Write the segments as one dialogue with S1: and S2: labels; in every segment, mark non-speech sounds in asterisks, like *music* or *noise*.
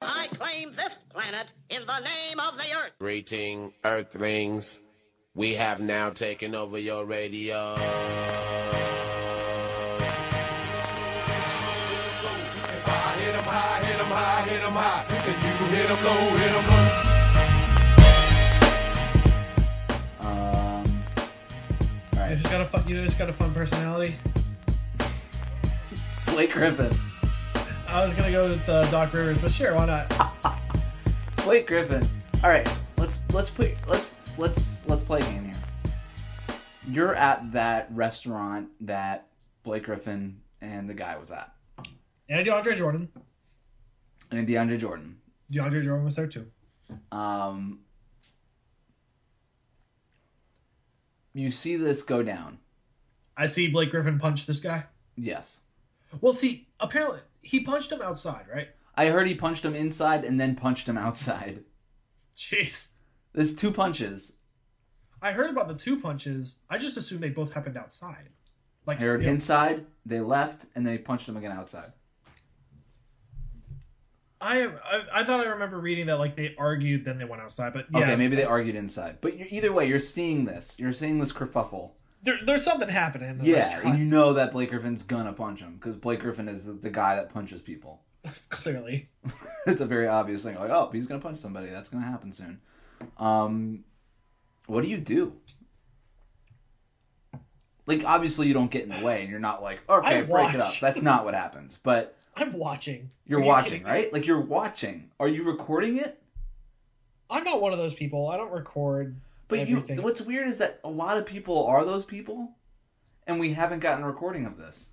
S1: I claim this planet in the name of the Earth.
S2: Greeting, Earthlings. We have now taken over your radio.
S3: I hit 'em high, hit 'em high, hit 'em high. And you hit 'em low, hit 'em low.
S4: Um, all
S5: You
S4: right,
S5: just got a fun, you just got a fun personality.
S4: Blake Griffin.
S5: I was gonna go with uh, Doc Rivers, but sure, why not?
S4: Blake Griffin. All right, let's let's put let's let's let's play a game here. You're at that restaurant that Blake Griffin and the guy was at,
S5: And DeAndre Jordan.
S4: and DeAndre Jordan.
S5: DeAndre Jordan was there too.
S4: Um, you see this go down.
S5: I see Blake Griffin punch this guy.
S4: Yes,
S5: Well, see, apparently he punched him outside, right?
S4: I heard he punched him inside and then punched him *laughs* outside.
S5: Jeez.
S4: There's two punches.
S5: I heard about the two punches. I just assumed they both happened outside. Like
S4: I heard
S5: yeah.
S4: inside, they left, and they punched him again outside.
S5: I, I I thought I remember reading that like they argued, then they went outside. But yeah,
S4: Okay, maybe they argued inside. But you either way, you're seeing this. You're seeing this kerfuffle.
S5: there, there's something happening. In the
S4: Yeah,
S5: restaurant,
S4: and you know that Blake Griffin's gonna punch him because Blake Griffin is the, the guy that punches people.
S5: *laughs*
S4: *laughs*
S5: clearly.
S4: it's a very obvious thing. Like, oh, he's gonna punch somebody. That's gonna happen soon. Um, what do you do? Like, obviously, you don't get in the way, and you're not like, okay,
S5: I
S4: break it up.
S5: watch.
S4: That's not what happens. But
S5: I'm watching.
S4: you're
S5: Are you
S4: watching,
S5: kidding me?
S4: right? Like, you're watching. Are you recording it?
S5: I'm not one of those people. I don't record.
S4: But
S5: Everything.
S4: you, what's weird is that a lot of people are those people, and we haven't gotten a recording of this.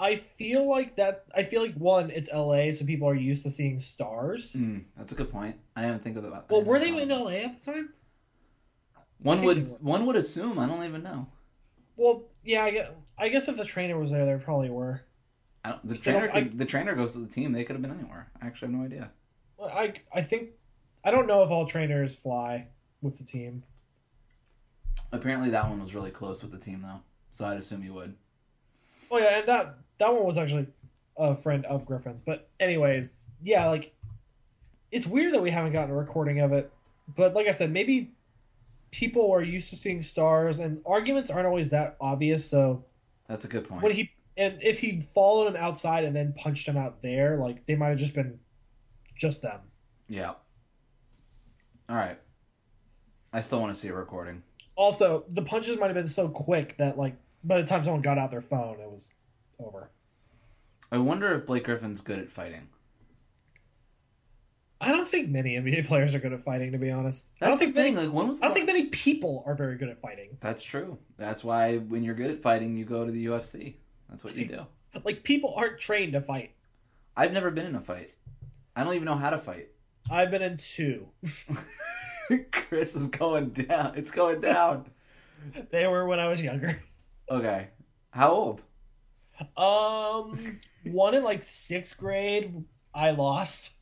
S5: I feel like that. I feel like one, it's L.A., so people are used to seeing stars.
S4: Mm, that's a good point. I didn't think of that.
S5: Well, were they in L.A. at the time?
S4: One
S5: think
S4: would
S5: they were.
S4: one would assume. I don't even know.
S5: Well, yeah. I guess, I guess if the trainer was there, there probably were.
S4: I don't, the
S5: So
S4: trainer
S5: I-
S4: could, the trainer goes to the team. They could have been anywhere. I actually have no idea.
S5: Well, I I think I don't know if all trainers fly with the team.
S4: Apparently, that one was really close with the team though, so I'd assume you would.
S5: Oh yeah, and that that one was actually a friend of Griffin's. But anyways, yeah, like it's weird that we haven't gotten a recording of it. But like I said, maybe people are used to seeing stars, and arguments aren't always that obvious. So
S4: That's a good point.
S5: when he and if he followed him outside and then punched him out there, like they might have just been just them.
S4: yeah. All right. I still want to see a recording.
S5: Also, the punches might have been so quick that like by the time someone got out their phone, it was over.
S4: I wonder if Blake Griffin's good at fighting.
S5: I don't think many NBA *laughs* players are good at fighting, to be honest.
S4: That's
S5: I don't think
S4: the
S5: many.
S4: thing. Like, when was the
S5: I don't think
S4: la-
S5: many people are very good at fighting.
S4: That's true. That's why when you're good at fighting, you go to the UFC. That's what you
S5: *laughs*
S4: do.
S5: Like people aren't trained to fight.
S4: I've never been in a fight. I don't even know how to fight. *laughs*
S5: I've been in two.
S4: Chris is going down. It's going down.
S5: *laughs* They were when I was younger. *laughs*
S4: Okay. How old?
S5: Um, one in like sixth grade, I lost,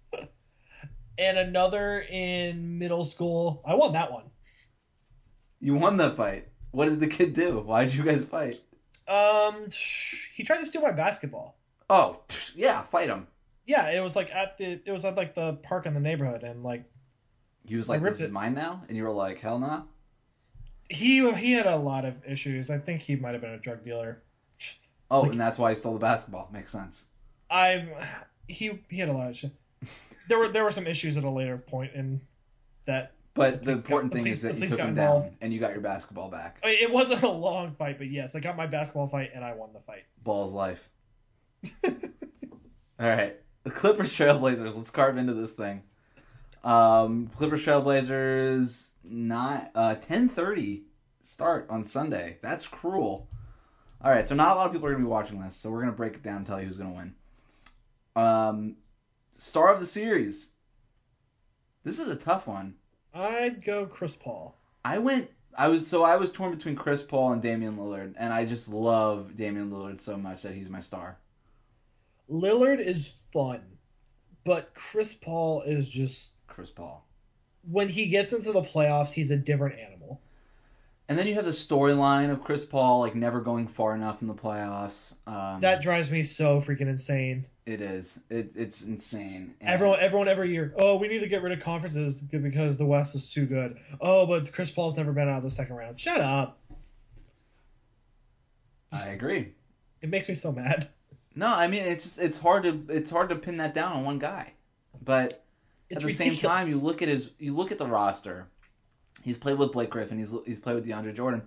S5: and another in middle school. I won that one.
S4: You won the fight. What did the kid do? Why did you guys fight?
S5: Um, he tried to steal my basketball.
S4: Oh, pfft, yeah, fight him.
S5: Yeah, it was like at the it was at like the park in the neighborhood, and like
S4: He was
S5: I
S4: like,
S5: ripped
S4: "This is
S5: it.
S4: mine now," and you were like, "Hell nah."
S5: he he had a lot of issues. I think he might have been a drug dealer.
S4: Oh,
S5: Like-
S4: and that's why he stole the basketball. Makes sense.
S5: I'm he he had a lot of shit. There were there were some issues at a later point in that
S4: But the
S5: police got-
S4: important
S5: the
S4: thing
S5: police-
S4: is
S5: the
S4: that you
S5: police
S4: took
S5: got
S4: him
S5: involved.
S4: down and you got your basketball back.
S5: I mean, it wasn't a long fight, but yes, I got my basketball fight and I won the fight.
S4: Ball's life. *laughs* All right, the Clippers Trailblazers. Let's carve into this thing. Um, Clippers Trailblazers not uh ten thirty start on Sunday. That's cruel. All right, so not a lot of people are gonna be watching this, so we're gonna break it down and tell you who's gonna win. Um, star of the series. This is a tough one.
S5: I'd go Chris Paul.
S4: I went. I was so I was torn between Chris Paul and Damian Lillard, and I just love Damian Lillard so much that he's my star.
S5: Lillard is fun, but Chris Paul is just
S4: Chris Paul.
S5: when he gets into the playoffs, he's a different animal.
S4: And then you have the storyline of Chris Paul like never going far enough in the playoffs. Um,
S5: That drives me so freaking insane.
S4: It is. It, it's insane. And
S5: Everyone, everyone, every year. Oh, we need to get rid of conferences because the West is too good. Oh, but Chris Paul's never been out of the second round. Shut up!
S4: I agree.
S5: It makes me so mad.
S4: No, I mean it's just, it's hard to it's hard to pin that down on one guy, but at
S5: It's
S4: the
S5: ridiculous.
S4: same time, you look at his, you look at the roster. He's played with Blake Griffin. He's he's played with DeAndre Jordan.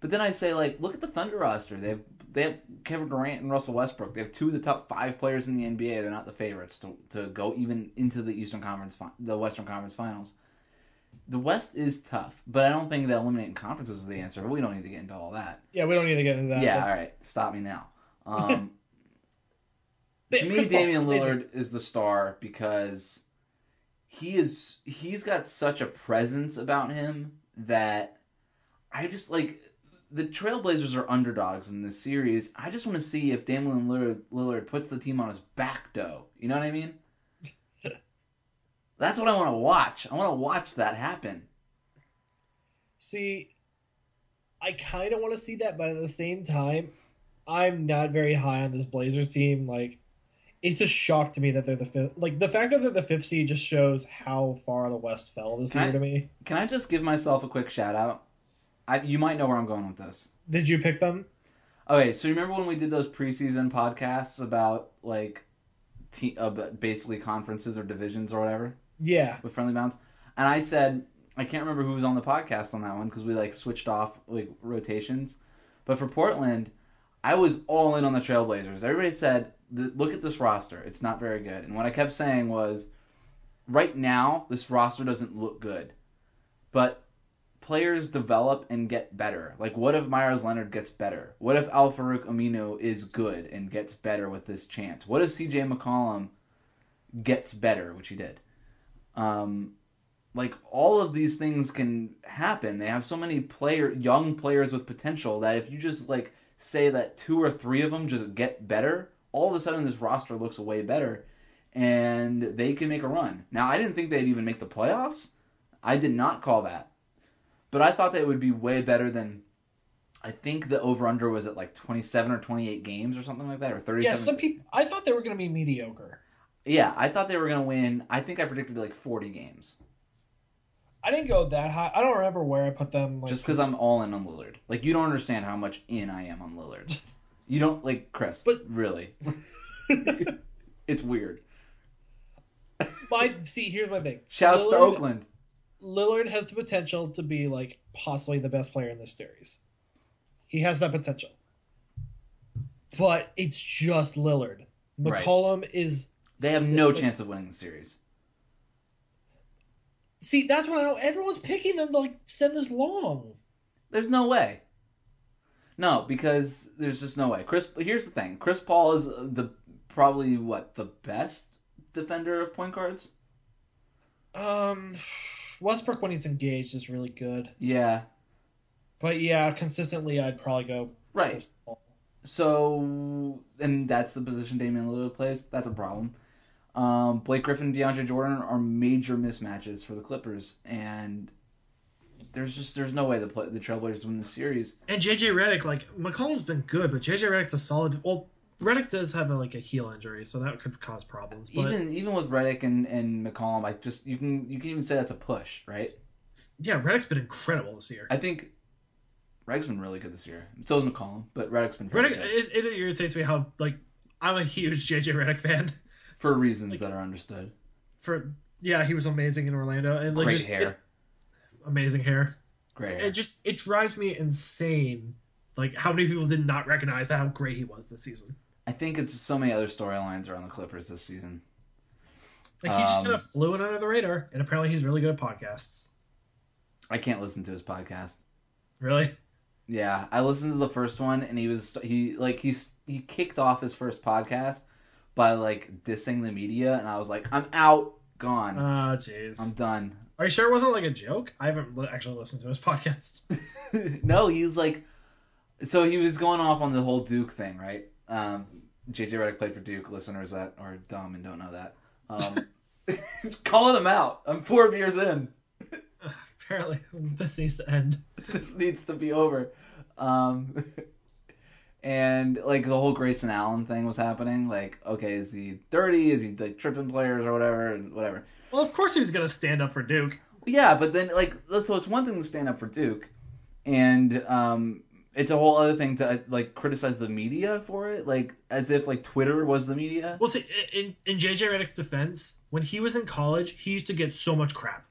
S4: But then I say, like, look at the Thunder roster. They have they have Kevin Durant and Russell Westbrook. They have two of the top five players in the NBA. They're not the favorites to to go even into the Eastern Conference, fi- the Western Conference Finals. The West is tough, but I don't think that eliminating conferences is the answer. We don't need to get into all that.
S5: Yeah, we don't need to get into that.
S4: yeah, all right, stop me now. Um,
S5: but-
S4: to
S5: but
S4: me,
S5: Chris Paul,
S4: Damian
S5: amazing.
S4: Lillard is the star because he is he's got such a presence about him that I just like the Trailblazers are underdogs in this series. I just want to see if Damian Lillard, Lillard puts the team on his back though. You know what I mean? That's what I want to watch. I want to watch that happen.
S5: See, I kind of want to see that, but at the same time, I'm not very high on this Blazers team. Like, it's just shock to me that they're the fifth. Like, the fact that they're the fifth seed just shows how far the West fell this
S4: Can I-
S5: year to me.
S4: Can I just give myself a quick shout out? I, you might know where I'm going with this.
S5: Did you pick them?
S4: Okay, so remember when we did those preseason podcasts about like te- about basically conferences or divisions or whatever
S5: Yeah.
S4: with friendly bounds? And I said I can't remember who was on the podcast on that one because we like switched off like rotations. But for Portland, I was all in on the Trailblazers. Everybody said, "Th- "Look at this roster; it's not very good." And what I kept saying was, "Right now, this roster doesn't look good, but players develop and get better. Like, what if Myers Leonard gets better? What if Al Farouk Amino is good and gets better with this chance? What if CJ McCollum gets better, which he did? Um, like all of these things can happen. They have so many player, young players with potential that if you just like say that two or three of them just get better, all of a sudden this roster looks way better, and they can make a run. Now, I didn't think they'd even make the playoffs. I did not call that but I thought that it would be way better than. I think the over under was at like twenty seven or twenty eight games or something like that, or thirty
S5: Yeah,
S4: seven.
S5: some people. I thought they were going to be mediocre.
S4: Yeah, I thought they were gonna win. I think I predicted like forty games,
S5: I didn't go that high. I don't remember where I put them. Like,
S4: just because I'm all in on Lillard. Like you don't understand how much in I am on Lillard.
S5: *laughs*
S4: You don't like Chris,
S5: But- *laughs*
S4: really, it's weird.
S5: my see, here's my thing.
S4: Shouts to
S5: Lillard-
S4: Oakland.
S5: Lillard has the potential to be like possibly the best player in this series. He has that potential. But it's just Lillard.
S4: Right.
S5: McCollum is
S4: They have
S5: still-
S4: no chance of winning the series.
S5: See, that's what I know. Everyone's picking them to like send this long.
S4: There's no way. No, because there's just no way. Chris, here's the thing: Chris Paul is the probably what the best defender of point guards.
S5: Um Westbrook when he's engaged is really good.
S4: Yeah,
S5: But yeah, consistently I'd probably go
S4: right.
S5: Chris Paul.
S4: So, and that's the position Damian Lillard plays. That's a problem. Um, Blake Griffin, and DeAndre Jordan are major mismatches for the Clippers, and there's just there's no way the play, the Trailblazers win the series.
S5: And JJ Redick, like McCollum's been good, but JJ Redick's a solid well Redick does have a, like a heel injury, so that could cause problems. But
S4: even even with Redick and and McCollum, I just you can you can even say that's a push, right?
S5: yeah, Redick's been incredible this year.
S4: I think Reddick's been really good this year. So is McCollum, but Reddick's been very
S5: Redick,
S4: good
S5: it, it irritates me how like I'm a huge JJ Redick fan. *laughs*
S4: for reasons that are understood.
S5: For yeah, he was amazing in Orlando and like
S4: Great
S5: just
S4: hair,
S5: it- amazing hair.
S4: great hair.
S5: It just it drives me insane. Like how many people did not recognize how great he was this season.
S4: I think it's so many other storylines around the Clippers this season.
S5: Like he just
S4: Um,
S5: kind of flew in under the radar, and apparently he's really good at podcasts.
S4: I can't listen to his podcast.
S5: Really,
S4: Yeah, I listened to the first one, and he was he like he's he kicked off his first podcast by like dissing the media, and I was like, I'm out, gone,
S5: ah, jeez.
S4: I'm done.
S5: Are you sure it wasn't like a joke? I haven't li- actually listened to his *laughs* podcast.
S4: no, he's like, so he was going off on the whole Duke thing, right? Um, JJ Redick played for Duke. Listeners that are dumb and don't know that, um, *laughs* calling him out. I'm four beers in. *laughs*
S5: apparently, this needs to end.
S4: This needs to be over. Um, *laughs* and like the whole Grayson Allen thing was happening. Like, okay, is he dirty? Is he like tripping players or whatever? And whatever.
S6: Well, of course he was going to stand up for Duke.
S4: Yeah, but then like so it's one thing to stand up for Duke, and um, it's a whole other thing to uh, like criticize the media for it, like as if like Twitter was the media.
S6: Well, see, in, in JJ Redick's defense, when he was in college, he used to get so much crap.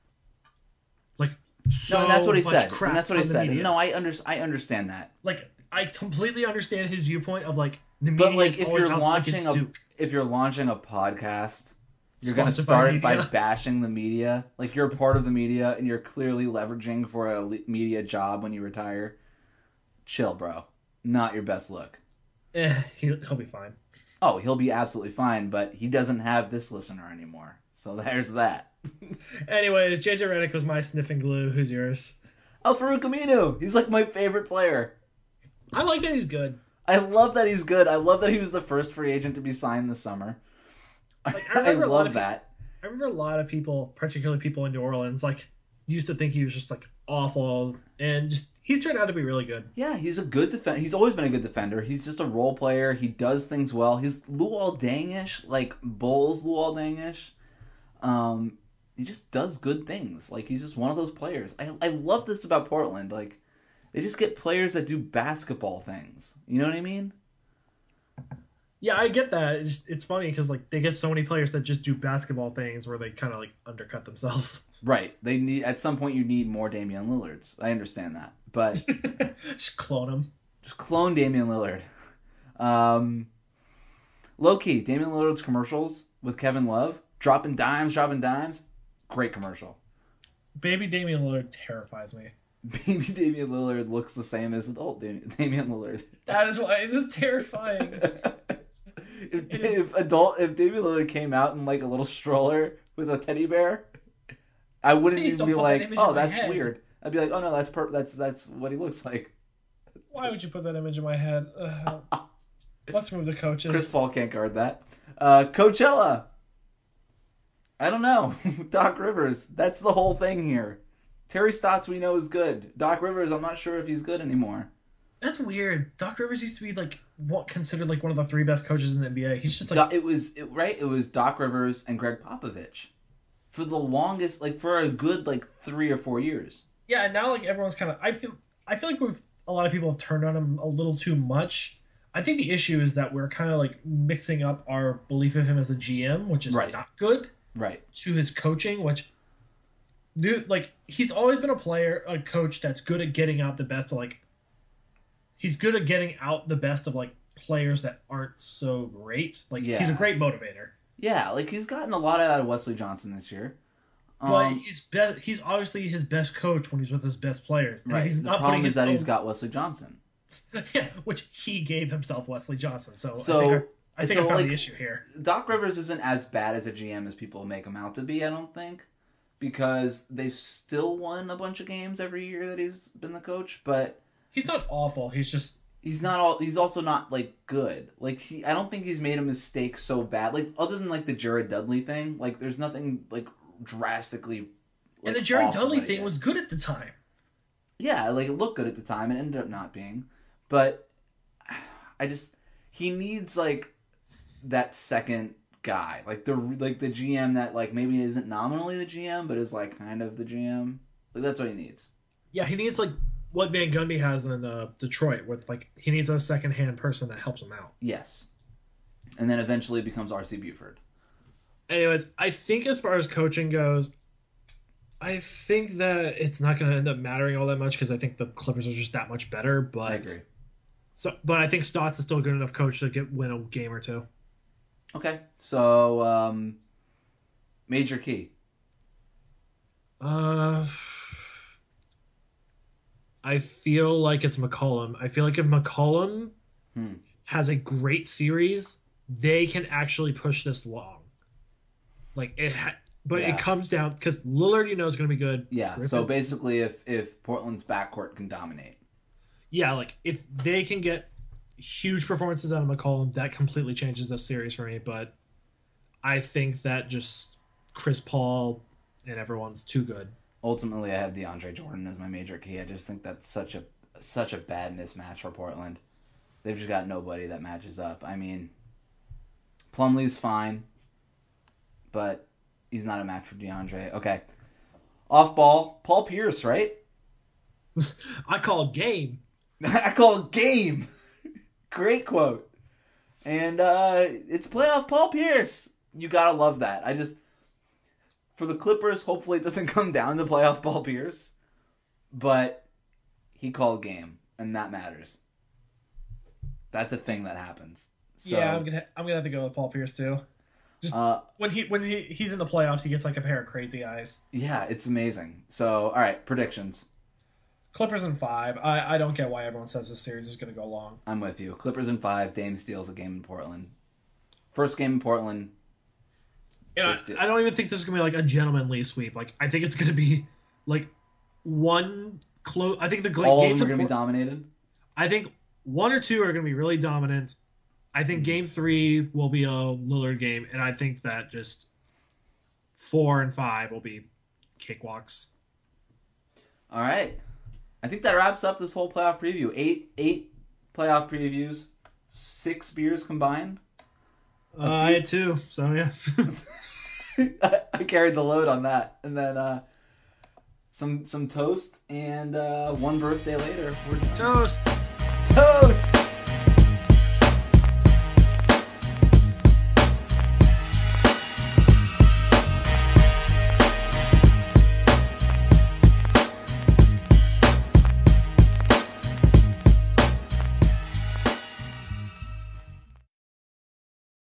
S6: Like, so
S4: no, and that's what he
S6: much
S4: said.
S6: crap
S4: And that's what he
S6: from the
S4: said.
S6: media.
S4: No, I under- I understand that.
S6: like, I completely understand his viewpoint of, like, the media
S4: But like
S6: is
S4: if
S6: always
S4: you're
S6: out to look
S4: launching
S6: against
S4: a
S5: *laughs*
S6: Duke.
S4: if you're launching a podcast, you're going to
S6: Sponsored by
S4: start it by
S6: media.
S4: bashing the media. Like you're a part of the media and you're clearly leveraging for a le- media job when you retire. Chill, bro. Not your best look.
S6: Eh, he'll, he'll be fine.
S4: Oh, he'll be absolutely fine, but he doesn't have this listener anymore. So *laughs* there's that.
S5: Anyways, JJ Redick was my sniffing glue. Who's yours?
S4: El Farouk Aminu, he's like my favorite player.
S5: I like that
S4: *laughs*
S5: he's good.
S4: I love that he's good. I love that he was the first free agent to be signed this summer.
S5: Like,
S4: I,
S5: remember a lot
S4: love
S5: of peop-
S4: that.
S5: I remember a lot of people, particularly people in New Orleans, like used to think he was just like awful, and just he's turned out to be really good.
S4: Yeah, he's a good defender. He's always been a good defender. He's just a role player. He does things well. He's Luol Dangish, like Bulls Luol Dangish. Um, he just does good things. Like he's just one of those players. I I love this about Portland. Like they just get players that do basketball things. You know what I mean?
S5: Yeah, I get that. It's, just, it's funny because like they get so many players that just do basketball things where they kind of like undercut themselves. *laughs*
S4: Right. They need at some point you need more Damian Lillards. I understand that, but
S5: just clone him.
S4: just clone Damian Lillard. Um, low key, Damian Lillard's commercials with Kevin Love, dropping dimes, dropping dimes. Great commercial. *laughs*
S5: Baby Damian Lillard terrifies me.
S4: Baby Damian Lillard looks the same as adult Dam- *laughs* Damian Lillard.
S5: That is why it's just terrifying.
S4: If, if adult, if Damian Lillard came out in like a little stroller with a teddy bear, I wouldn't
S5: Please
S4: even
S5: don't
S4: be
S5: put that
S4: like,
S5: image in
S4: "Oh,
S5: my
S4: that's
S5: head."
S4: weird." I'd be like, "Oh no, that's per- that's that's what he looks like."
S5: *laughs* why would you put that image in my head? Ugh. let's move to coaches.
S4: Chris Paul can't guard that. Uh, Coachella. I don't know. *laughs* Doc Rivers. That's the whole thing here. Terry Stotts we know is good. Doc Rivers, I'm not sure if he's good anymore.
S5: That's weird. Doc Rivers used to be like what considered like one of the three best coaches in the NBA. He's just like
S4: Do- it was it, right. It was Doc Rivers and Greg Popovich for the longest, like for a good like three or four years.
S5: yeah. and Now like everyone's kind of I feel I feel like we've a lot of people have turned on him a little too much. I think the issue is that we're kind of like mixing up our belief of him as a GM, which is
S4: Right.
S5: not good,
S4: Right.
S5: to his coaching, which dude like he's always been a player, a coach that's good at getting out the best of like he's good at getting out the best of like players that aren't so great. Like he's a
S4: Yeah.
S5: great motivator.
S4: Yeah. Like he's gotten a lot out of Wesley Johnson this year.
S5: But
S4: Um,
S5: he's best. He's obviously his best coach when he's with his best players. And
S4: right.
S5: He's
S4: the
S5: not
S4: problem
S5: putting
S4: is
S5: his
S4: that
S5: own,
S4: he's got Wesley Johnson.
S5: *laughs* yeah, which he gave himself Wesley Johnson. So,
S4: So-
S5: I think, I, I, think
S4: so,
S5: I found
S4: like-
S5: the issue here.
S4: Doc Rivers isn't as bad as a GM as people make him out to be, I don't think, because they've still won a bunch of games every year that he's been the coach, but
S5: He's not awful. He's just
S4: he's not all he's also not like good. Like he I don't think he's made a mistake so bad. Like other than like the Jared Dudley thing, like there's nothing like drastically like,
S5: and the Jerry
S4: awful
S5: Dudley
S4: that he
S5: thing
S4: did.
S5: was good at the time.
S4: yeah, like it looked good at the time. It ended up not being, but *sighs* I just he needs like that second guy, like the like the GM that like maybe isn't nominally the GM, but is like kind of the GM. Like that's what he needs.
S5: Yeah, he needs like what Van Gundy has in uh, Detroit, with like he needs a second hand person that helps him out.
S4: Yes, and then eventually it becomes R.C. Buford.
S5: Anyways, I think as far as coaching goes, I think that it's not going to end up mattering all that much because I think the Clippers are just that much better. But
S4: I agree.
S5: So, but I think Stotts is still a good enough coach to get win a game or two.
S4: Okay, so um, major key.
S5: Uh, I feel like it's McCollum. I feel like if McCollum
S4: Hmm.
S5: has a great series, they can actually push this long. Like it, ha- but
S4: Yeah.
S5: it comes down because Lillard, you know, is going to be good.
S4: Yeah. So
S5: Griffin?
S4: basically, if if Portland's backcourt can dominate,
S5: Yeah, like if they can get huge performances out of McCollum, that completely changes this series for me. But I think that just Chris Paul and everyone's too good.
S4: ultimately I have DeAndre Jordan as my major key. I just think that's such a such a bad mismatch for Portland. They've just got nobody that matches up. I mean, Plumlee's fine, but he's not a match for DeAndre. Okay. Off ball, Paul Pierce, right?
S6: I call game.
S4: I call game. *laughs* Great quote. And uh it's playoff Paul Pierce. You gotta love that. I just for the Clippers, hopefully it doesn't *laughs* come down to playoff Paul Pierce. But he called game, and that matters. That's a thing that happens. So,
S5: yeah, I'm gonna I'm gonna have to go with Paul Pierce too.
S4: uh,
S5: When he when he, he's in the playoffs, he gets like a pair of crazy eyes.
S4: yeah, it's amazing. So, all right, predictions.
S5: Clippers in five. I, I don't get why everyone says this series is gonna go long.
S4: I'm with you. Clippers in five. Dame steals a game in Portland. First game in Portland.
S6: And I,
S4: Let's do it.
S6: I don't even think this is gonna be like a gentlemanly sweep. Like I think it's gonna be like one close. I think the gl-
S4: All of
S6: games
S4: them are
S6: in
S4: gonna be
S6: Port-
S4: dominated.
S6: I think one or two are gonna be really dominant. I
S4: Mm-hmm.
S6: think game three will be a Lillard game, and I think that just four and five will be kickwalks.
S4: All right. I think that wraps up this whole playoff preview. Eight eight playoff previews, six beers combined. *laughs*
S6: Uh, I had two, so yeah.
S4: I carried the load on that, and then uh, some some toast, and uh, one birthday later, we're
S6: *laughs* Toast.
S4: toast.